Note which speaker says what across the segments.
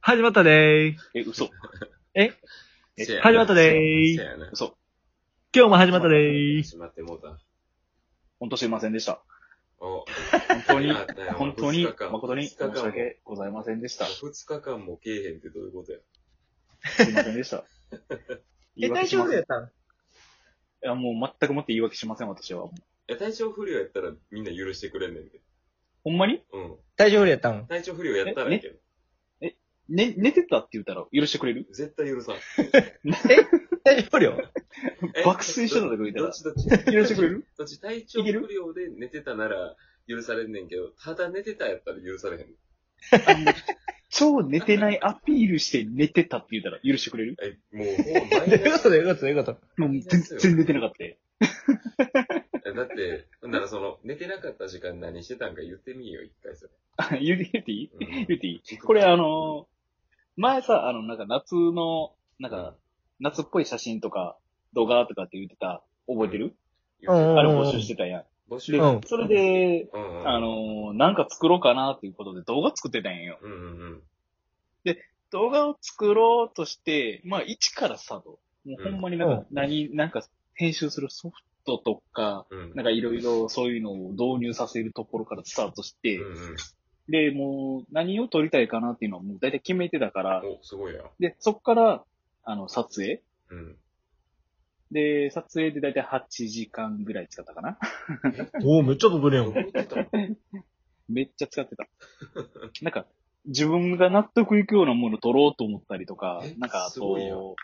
Speaker 1: 始まったでーす。
Speaker 2: え、嘘。
Speaker 1: え
Speaker 2: え
Speaker 3: せや
Speaker 1: 始まったでーす
Speaker 3: せやな
Speaker 2: 嘘。
Speaker 1: 今日も始まったでーす。
Speaker 3: 始まってもうた。
Speaker 2: ほんとすいませんでした。
Speaker 3: お
Speaker 2: 本当に
Speaker 3: あったよ、
Speaker 2: 本当に
Speaker 3: 二日、間
Speaker 2: 誠に
Speaker 3: 二日間
Speaker 2: 申
Speaker 3: も
Speaker 2: し訳ございませんで した。
Speaker 3: 二日間もけえへんってどういうことや。
Speaker 2: すいませんでした。言い訳しません。い
Speaker 1: ったん
Speaker 2: や、もう全くもって言い訳しません、私は。
Speaker 3: いや、体調不良やったらみんな許してくれんねんで。
Speaker 2: ほんまに
Speaker 3: うん。
Speaker 1: 大丈夫やったん
Speaker 3: 体調不良やったらやけど、
Speaker 2: ね、寝てたって言ったら許してくれる
Speaker 3: 絶対許さん。
Speaker 1: 大丈夫よ。
Speaker 3: え
Speaker 2: 爆睡してたとこいたら
Speaker 3: どっちどっち
Speaker 2: 許してくれる
Speaker 3: どっち体調不良で寝てたなら許されんねんけど、ただ寝てたやったら許されへん。
Speaker 2: 超寝てないアピールして寝てたって言ったら許してくれる
Speaker 3: え、もう、もう マ
Speaker 1: どう
Speaker 3: イ
Speaker 1: いう
Speaker 3: ナ
Speaker 1: こ
Speaker 3: ス。
Speaker 1: とどういうことどういうこと
Speaker 2: もう全然寝てなかったよ。
Speaker 3: えだって、ほんならその、寝てなかった時間何してたんか言ってみいよ、一回それ。
Speaker 2: あ 言う言っていい
Speaker 3: うん
Speaker 2: 言っていいこれあのー前さ、あの、なんか夏の、なんか、夏っぽい写真とか、動画とかって言ってた、覚えてる、
Speaker 3: 言って
Speaker 1: うん
Speaker 2: あれ募集してたやん。
Speaker 3: 募集
Speaker 2: で、
Speaker 1: うん
Speaker 2: それで、
Speaker 3: うんうん
Speaker 2: あのーなんか作ろうかなっていうことで動画作ってたんよ。
Speaker 3: うんうんうん。
Speaker 2: 動画を作ろうとして、まあ、一からスタート。もうほんまになんか、
Speaker 1: うん
Speaker 2: 何、なんか、編集するソフトとか、
Speaker 3: うん
Speaker 2: なんかいろいろそういうのを導入させるところからスタートして、
Speaker 3: うんうん。
Speaker 2: で、もう何を撮りたいかなっていうのはもう大体決めてたから、
Speaker 3: お、すごいな。
Speaker 2: で、そこから、あの、撮影
Speaker 3: うん。
Speaker 2: で、撮影で大体8時間ぐらい使ったかな
Speaker 1: おー、めっちゃ飛ぶね
Speaker 3: どこ。行ってたの
Speaker 2: めっちゃ使ってた。なんか、自分が納得いくようなものを撮ろうと思ったりとか
Speaker 3: え、
Speaker 2: なんか、あ
Speaker 3: すごいやん
Speaker 2: と、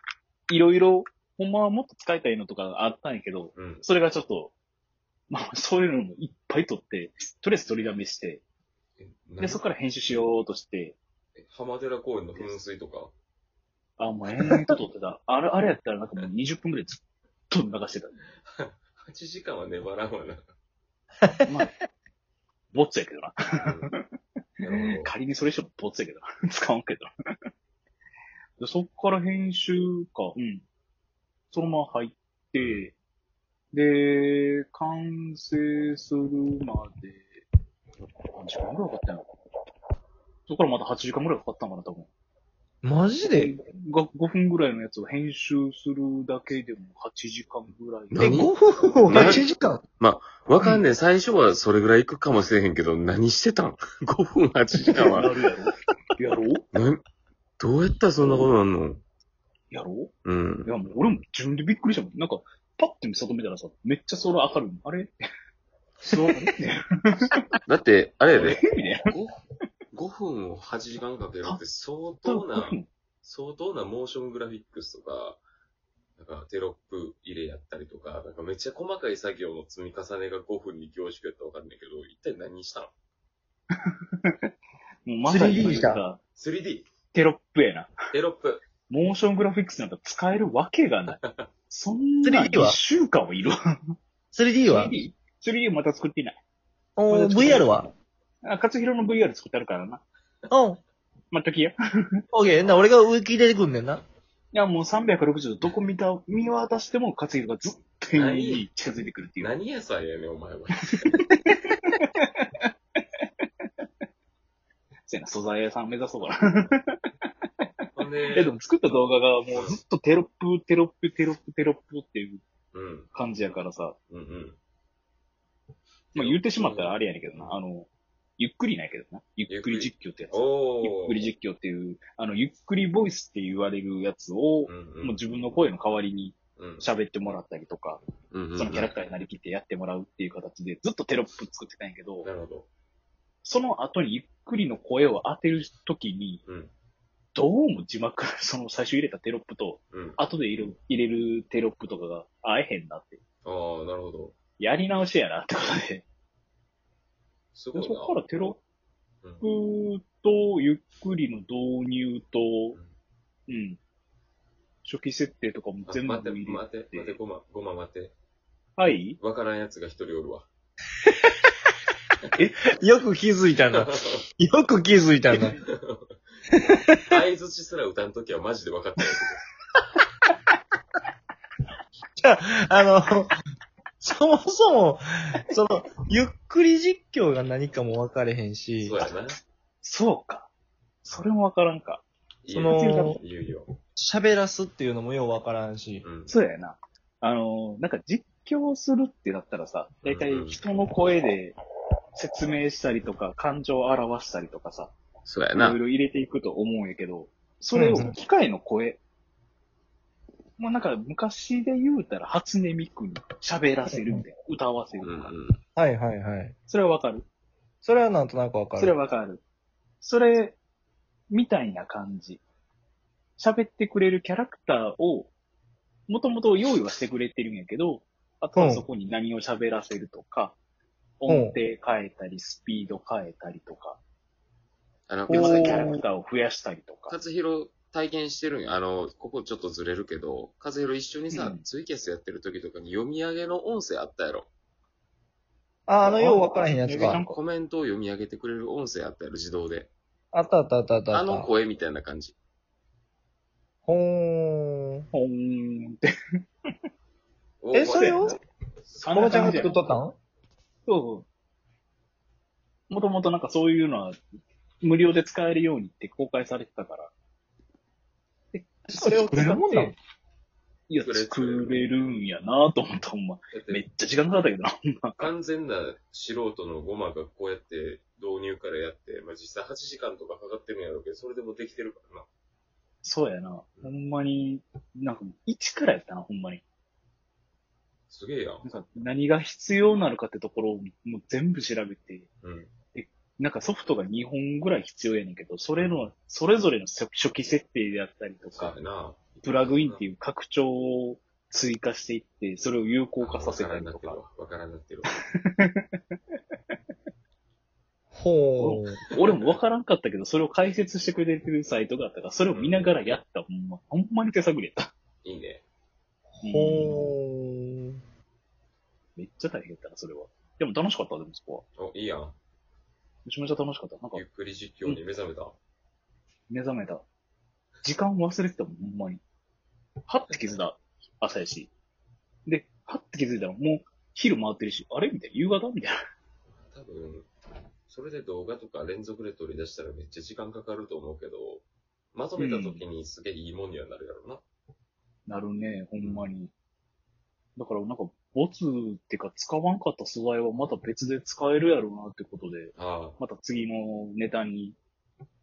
Speaker 2: いろいろ、ほんまはもっと使いたいのとかあったんやけど、
Speaker 3: うん。
Speaker 2: それがちょっと、まあ、そういうのもいっぱい撮って、とりあえず撮りだめして、で、そこ
Speaker 3: か
Speaker 2: から編集しようとして、
Speaker 3: ら。浜寺公園の噴水とか。
Speaker 2: あ、もう延々と撮ってた。あれ、あれやったらなんかもう20分ぐらいずっと流してた。
Speaker 3: 8時間は粘らんわな。
Speaker 2: まあ、ぼっちやけどな。
Speaker 3: うんなるほ
Speaker 2: 仮にそれしてもぼっちやけど な。使わんけどな。でそっから編集か、うん。そのまま入って、で、完成するまで、何時間ぐらいかかったんやろそっからまた8時間ぐらいかかったんかな、多分。
Speaker 1: マジで
Speaker 2: 5, 5分ぐらいのやつを編集するだけでも8時間ぐらい。
Speaker 1: え、
Speaker 3: 何
Speaker 1: 5分を8時間
Speaker 3: ど。わかんねえ。最初はそれぐらい行くかもしれへんけど、何してたん ?5 分8時間
Speaker 2: や。るやろや ろ
Speaker 3: などうやったらそんなことなんの
Speaker 2: やろ
Speaker 3: うん
Speaker 2: い。や、もう俺も自分でびっくりしたもん。なんか、パッて外見たらさ、めっちゃそれ明るい。あれそう、
Speaker 3: だって、あれ やで。
Speaker 2: 変ね。
Speaker 3: 5分を8時間かけるって相
Speaker 2: そ
Speaker 3: 当
Speaker 2: う
Speaker 3: な、相当なモーショングラフィックスとか、なんかテロップ入れやったりとか、なんかめっちゃ細かい作業の積み重ねが5分に凝縮やったらわかんないけど、一体何したの
Speaker 2: もうまさに
Speaker 1: 3D した
Speaker 2: なんか
Speaker 3: ?3D、
Speaker 2: テロップやな。
Speaker 3: テロップ。
Speaker 2: モーショングラフィックスなんか使えるわけがない。そんな
Speaker 1: 3D は
Speaker 2: 1週間はいるわ。
Speaker 1: ?3D は
Speaker 2: 3D?3D また作っていない。
Speaker 1: おー、VR は
Speaker 2: あ、勝弘の VR 作ってあるからな。
Speaker 1: うん。
Speaker 2: またきや。
Speaker 1: オッケー。な、俺がウィキ出てくんねんな。
Speaker 2: いや、もう360度どこ見た、見渡しても勝弘がずっと変に近づいてくるっていう。
Speaker 3: 何屋さんやねん、お 前は。
Speaker 2: そうやな素材屋さん目指そうかな。
Speaker 3: ほん
Speaker 2: え、
Speaker 3: で
Speaker 2: で、も作った動画がもうずっとテロップ、テロップ、テロップ、テロップっていう
Speaker 3: うん、
Speaker 2: 感じやからさ。
Speaker 3: うん、うん。
Speaker 2: まあ言ってしまったらあれやねんけどな。あの、ゆっくりないけどな。ゆっくり実況ってやつ。
Speaker 3: おー。
Speaker 2: ゆっくり実況っていう、あの、ゆっくりボイスって言われるやつを、
Speaker 3: うんうん、
Speaker 2: もう自分の声の代わりに
Speaker 3: うん、
Speaker 2: 喋ってもらったりとか、
Speaker 3: うんうんうん
Speaker 2: そのキャラクターになりきってやってもらうっていう形で、ずっとテロップ作ってたんやけど、
Speaker 3: なるほど。
Speaker 2: その後にゆっくりの声を当てるときに、
Speaker 3: うん、
Speaker 2: どうも字幕、 その最初入れたテロップと、
Speaker 3: うん。
Speaker 2: 後で入れる入れるテロップとかが合えへんなって。
Speaker 3: ああ、なるほど。
Speaker 2: やり直しやなってことで。
Speaker 3: すご
Speaker 2: で
Speaker 3: い
Speaker 2: そ
Speaker 3: な。
Speaker 2: こからテロ
Speaker 3: うん、
Speaker 2: ップと、ゆっくりの導入と、うん。初期設定とかも
Speaker 3: あ
Speaker 2: 全部
Speaker 3: 待って、
Speaker 2: 入れ
Speaker 3: 待って、待って、ごま、ごま待って。
Speaker 2: はい
Speaker 3: わからんやつが一人お るわ。
Speaker 1: よく気づいたな。よく気づいたな。
Speaker 3: 相槌すら歌うときはマジで分かってない
Speaker 1: あの、そもそも、その、ゆっくり実況が何かも分かれへん
Speaker 3: け
Speaker 1: し
Speaker 3: ど。そ、うやな。
Speaker 2: そうか。それもわからんか。
Speaker 1: その、
Speaker 3: 言うよ。
Speaker 1: 喋らすっていうのもようわからんし。
Speaker 3: うん。
Speaker 2: そうやな。あの、なんか実況するってなったらさ、だいた
Speaker 3: うんう
Speaker 2: い
Speaker 3: ん
Speaker 2: 人の声で説明したりとか、感情を表したりとかさ、
Speaker 3: そうや
Speaker 2: い
Speaker 3: な
Speaker 2: ろい。ろ入れていくと思うんやけど、それ
Speaker 1: う
Speaker 2: を
Speaker 1: んうん
Speaker 2: 機械の声、もうなんか昔で言うたら初音ミクに喋らせるみたいな、歌わせる
Speaker 3: うんう
Speaker 2: とか、
Speaker 3: ん。
Speaker 1: はいはいはい。
Speaker 2: それはわかる
Speaker 1: それはなんとなくわかる。
Speaker 2: それはわかる。それ、みたいな感じ。喋ってくれるキャラクターを、もともと用意はしてくれてるんやけど、あと
Speaker 1: う
Speaker 2: は
Speaker 1: ん
Speaker 2: そこに何を喋らせるとか、
Speaker 1: うん
Speaker 2: 音程変えたり、スピード変えたりとか、
Speaker 3: あの、
Speaker 2: で、ま
Speaker 1: お
Speaker 2: た
Speaker 1: ー
Speaker 2: キャラクターを増やしたりとか。
Speaker 3: 勝弘体験してるんや。あの、ここちょっとずれるけど、勝弘一緒にさ、
Speaker 2: うん
Speaker 3: ツイキャスやってる時とかに読み上げの音声あったやろ。
Speaker 1: あ、あの、ようわからへんやつ
Speaker 2: あ
Speaker 1: か。
Speaker 3: コメントを読み上げてくれる音声あったやろ、自動で。
Speaker 1: あったあったあったあった。
Speaker 3: あの声みたいな感じ。
Speaker 1: ほーん。
Speaker 2: ほーんって。
Speaker 1: えそれを
Speaker 2: あ
Speaker 1: コロ
Speaker 2: な
Speaker 1: ちゃん
Speaker 2: 感
Speaker 1: が
Speaker 2: じや
Speaker 1: 作っとったん
Speaker 2: そうそう。もともとなんかそういうのは、無料で使えるようにって公開されてたから。でそれを使
Speaker 1: 作れるも
Speaker 2: っ
Speaker 1: んなの
Speaker 2: て、いや、作れるんやなと思った、ほんま。
Speaker 3: だって
Speaker 2: めっちゃ時間かかったけどな、ほんま。
Speaker 3: 完全な素人のゴマがこうやって導入からやって、まあ、実際8時間とかかかってるんやろうけど、それでもできてるからな。
Speaker 2: そうやな。ほんまに、なんか、一からやったな、ほんまに。
Speaker 3: すげえやん
Speaker 2: な。んか、何が必要なのかってところをもう全部調べて、
Speaker 3: うん。
Speaker 2: なんかソフトが2本ぐらい必要やねんけど、それの、それぞれの初初期設定であったりと
Speaker 3: そう
Speaker 2: か
Speaker 3: や、な。
Speaker 2: プラグインって
Speaker 3: いう
Speaker 2: いう拡張を追加していって、それを有効化させたりとか。。
Speaker 3: わからんなってるわ。
Speaker 1: ほー。
Speaker 2: 俺もわからんかったけど、それを解説してくれてるサイトがあったから、それを見ながらやった。ほんま、ほんまに手探りやった。
Speaker 3: いいね。
Speaker 2: うん
Speaker 1: ほー。
Speaker 2: めっちゃ大変やったな、それは。でも楽しかった、でもそこは。
Speaker 3: お、いいやん。
Speaker 2: めちゃめちゃ楽しかった。なんか
Speaker 3: ゆっ、くり実況に目覚めた。
Speaker 2: 目覚めた。時間忘れてたもん、ほんまに。はって気づいた。朝やし。で、はって気づいたら、もう、昼回ってるし、あれみたいな。夕方みたいな。
Speaker 3: 多分、それで動画とか連続で取り出したらめっちゃ時間かかると思うけど、まとめた時にすげえいいもんにはなるやろな。
Speaker 2: なるね、ほんまに。だからなんか、ボツってか使わんかった素材はまた別で使えるやろうなってことで、
Speaker 3: ああ、
Speaker 2: また次のネタに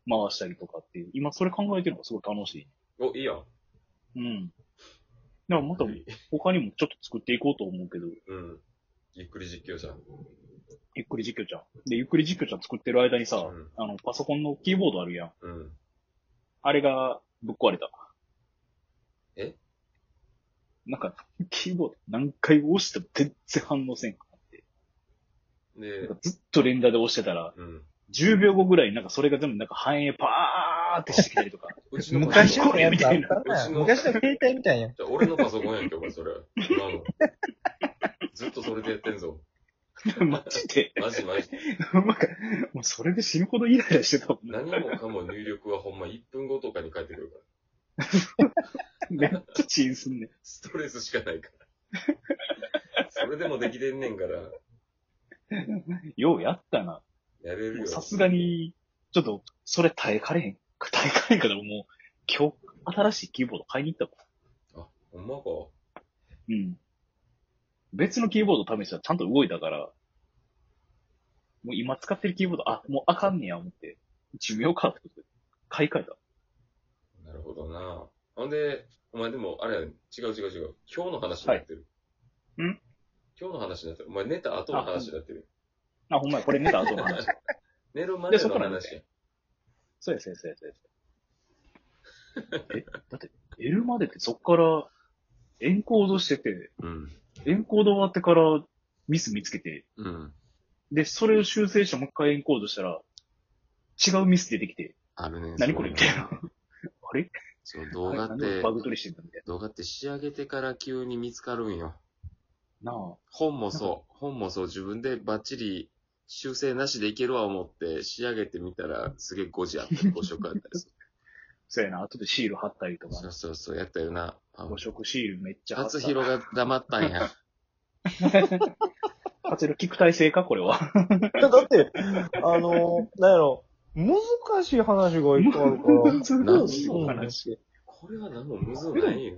Speaker 2: 回したりとかっていう、今それ考えてるのがすごい楽し
Speaker 3: お、いいやん。
Speaker 2: い。うん。だからまた他にもちょっと作っていこうと思うけど、
Speaker 3: うん。ゆっくり実況じゃん。
Speaker 2: ゆっくり実況ちゃん。で、ゆっくり実況ちゃん作ってる間にさ、
Speaker 3: うん
Speaker 2: あの、パソコンのキーボードあるやん。
Speaker 3: うん。
Speaker 2: あれがぶっ壊れた。
Speaker 3: え
Speaker 2: なんか、キーボード何回押しても全然反応せんかって。な
Speaker 3: で
Speaker 2: んか、ずっと連打で押してたら、
Speaker 3: うん。
Speaker 2: 10秒後ぐらいになんかそれが全部なんか反映パーってしてきたりと か。
Speaker 3: うちの
Speaker 1: 昔
Speaker 3: パソ
Speaker 1: のやつあったな。
Speaker 3: うちの
Speaker 1: 昔の携帯みたいやん。
Speaker 3: コン俺のパソコンやんけ、お前それ。今の。ずっとそれでやってんぞ。
Speaker 2: マジで
Speaker 3: マジマジ。
Speaker 2: なんか、もうそれで死ぬほどイライラしてたもんな。
Speaker 3: 何もかも入力はほんま1分後とかに返ってくるから。
Speaker 2: めっちゃチンすんねん。
Speaker 3: ストレスしかないから。それでもできてんねんから、
Speaker 2: ようやったな。
Speaker 3: やれる
Speaker 2: も
Speaker 3: よ。
Speaker 2: うさすがに、ちょっと、それ耐えかれへん。耐えかれへんからもう、今日、新しいキーボード買いに行ったも
Speaker 3: あ、ほんまか。
Speaker 2: ん。うん。別のキーボード試したらちゃんと動いたから、もう今使ってるキーボード、あ、もうあかんねや思って、寿命かってことで、買い替えた。
Speaker 3: なるほどな。ほんで、お前でも、あれや違う違う違う。今日の話になってる。
Speaker 2: はいん
Speaker 3: 今日の話になってる。お前寝た後の話になってる。
Speaker 2: あ、ほんまや、これ寝た後の話。
Speaker 3: 寝る前
Speaker 2: で
Speaker 3: の
Speaker 2: そこなんだよ
Speaker 3: 話や。
Speaker 2: そうや、そうや、そうや、そうや。え、だって、寝るまでってそっから、エンコードしてて、
Speaker 3: うん。
Speaker 2: エンコード終わってからミス見つけて、
Speaker 3: うん。
Speaker 2: で、それを修正してもう一回エンコードしたら、違うミス出てきて、
Speaker 3: あるね。
Speaker 2: 何これみ
Speaker 3: そ
Speaker 2: た
Speaker 3: う
Speaker 2: い
Speaker 3: いうの
Speaker 2: な。あれあれな
Speaker 3: そう、動画っ
Speaker 2: んで
Speaker 3: て
Speaker 2: バ、グ取りしてんだみたい
Speaker 3: 動画って仕上げてから急に見つかるんよ。
Speaker 2: な。なあ。
Speaker 3: 本もそう。本もそう。自分でバッチリ修正なしでいけるわ思って仕上げてみたら、すげえ誤字あったり、誤色あったり する。
Speaker 2: そうやな、後でシール貼ったりと
Speaker 3: そ
Speaker 2: か
Speaker 3: う、そうそう、やったよな。あ
Speaker 2: 五色シールめっちゃ貼った。
Speaker 3: 初広が黙ったんや。
Speaker 2: 初広聞く体制か、これは。
Speaker 1: だって、あの、なんやろ、難しい話が いっぱいあるから。
Speaker 2: 難しいお話。
Speaker 3: これは何もむずないよ。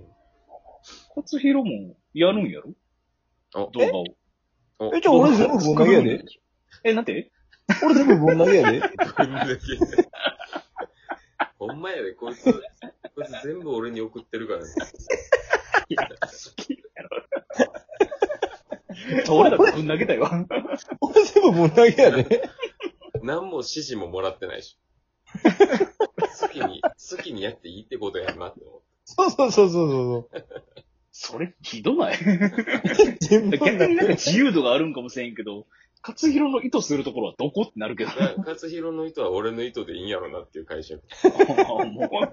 Speaker 2: 勝弘もやるんやろ
Speaker 3: あ
Speaker 2: 動画を。
Speaker 3: お
Speaker 1: え、じゃあ
Speaker 2: 動画
Speaker 1: 俺全部ぶん投げやで。。
Speaker 2: え、なんて
Speaker 1: 俺全部ぶん投げやで。
Speaker 3: こんだけ。ほんまやで、こいつ、こいつ全部俺に送ってるからね。
Speaker 2: 俺だってぶん投げたよ。
Speaker 1: 俺全部ぶん投げやで。
Speaker 3: 何も指示ももらってないし。好きに、好きにやっていいってことやなって思って。
Speaker 1: そうそうそうそうそう。
Speaker 2: それひど ない
Speaker 1: 全部
Speaker 2: 逆になんか自由度があるんかもしれんけど、勝弘の意図するところはどこってな るけど。
Speaker 3: だから勝弘の意図は俺の意図でいいんやろなっていう解釈。
Speaker 2: もう、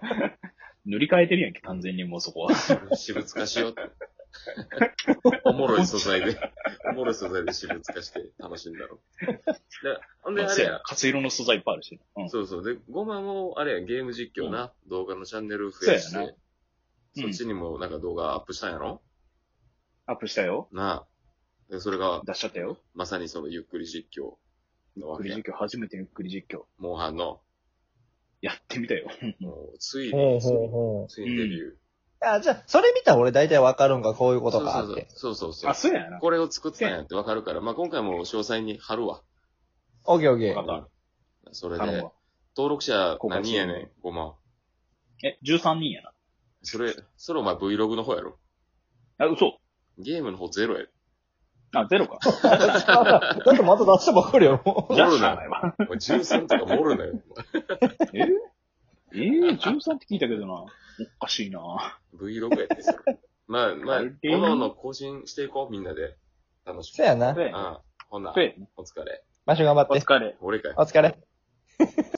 Speaker 2: 塗り替えてるやんけ、完全にもうそこは。
Speaker 3: 私物化しようって。おもろい素材で、おもろい素材で私物化して楽しんだろう。だほんで、あ
Speaker 2: そ
Speaker 3: れ
Speaker 2: うや
Speaker 3: や
Speaker 2: な、勝弘の素材いっぱいあるし。うん。
Speaker 3: そうそう。で、ゴマも、あれや、ゲーム実況な、動画のチャンネル増やし
Speaker 2: そうや
Speaker 3: て、そっちにもなんか動画アップしたんやろ、
Speaker 2: アップしたよ。
Speaker 3: なあ。で、それが、
Speaker 2: 出しちゃったよ。
Speaker 3: まさにそのゆっくり実況の
Speaker 2: ゆっ
Speaker 3: わ
Speaker 2: く
Speaker 3: け
Speaker 2: り
Speaker 3: や。
Speaker 2: 実況、初めてゆっくり実況。
Speaker 3: モンハンの、
Speaker 2: やってみたよ。
Speaker 3: もう、つい
Speaker 1: ほ
Speaker 3: に
Speaker 1: う、ほうほ
Speaker 3: ついにデビュー。
Speaker 1: う。あ、じゃあ、それ見たら俺大体わかるんか、こういうことかって。
Speaker 3: そうそうそう。そうそうそう
Speaker 2: あ、そうやな。
Speaker 3: これを作ったんやってわかるから、まあ今回も詳細に貼るわ。
Speaker 1: オッケーオッケ
Speaker 2: わか
Speaker 1: ー
Speaker 2: っ。た。
Speaker 3: それ
Speaker 2: 頼
Speaker 3: で
Speaker 2: むわ。。
Speaker 3: 登録者
Speaker 2: 公開
Speaker 3: 何
Speaker 2: する
Speaker 3: やねん、ごま。
Speaker 2: え、13人やな。
Speaker 3: それ、それお前 Vlog の方やろ。
Speaker 2: あ、嘘。
Speaker 3: ゲームの方ゼロやろ。
Speaker 2: あ、ゼロか。
Speaker 1: だってまた出したばっかりやろ。
Speaker 2: じゃあ、しゃあないわ。
Speaker 3: お前13とかもるなよ。
Speaker 2: ええー、13って聞いたけどな。おかしいな。
Speaker 3: Vlog やってそれ。まあまあ、
Speaker 2: あ
Speaker 3: 各
Speaker 2: れー
Speaker 3: 々更新していこう、みんなで。楽し
Speaker 1: そ
Speaker 3: く。
Speaker 1: やな。
Speaker 2: で
Speaker 3: ああ、ほんな
Speaker 2: で、
Speaker 3: お疲れ。
Speaker 1: 場所頑張っ
Speaker 2: お
Speaker 1: て。
Speaker 2: 疲れ。
Speaker 3: 俺かい。
Speaker 1: お疲れ。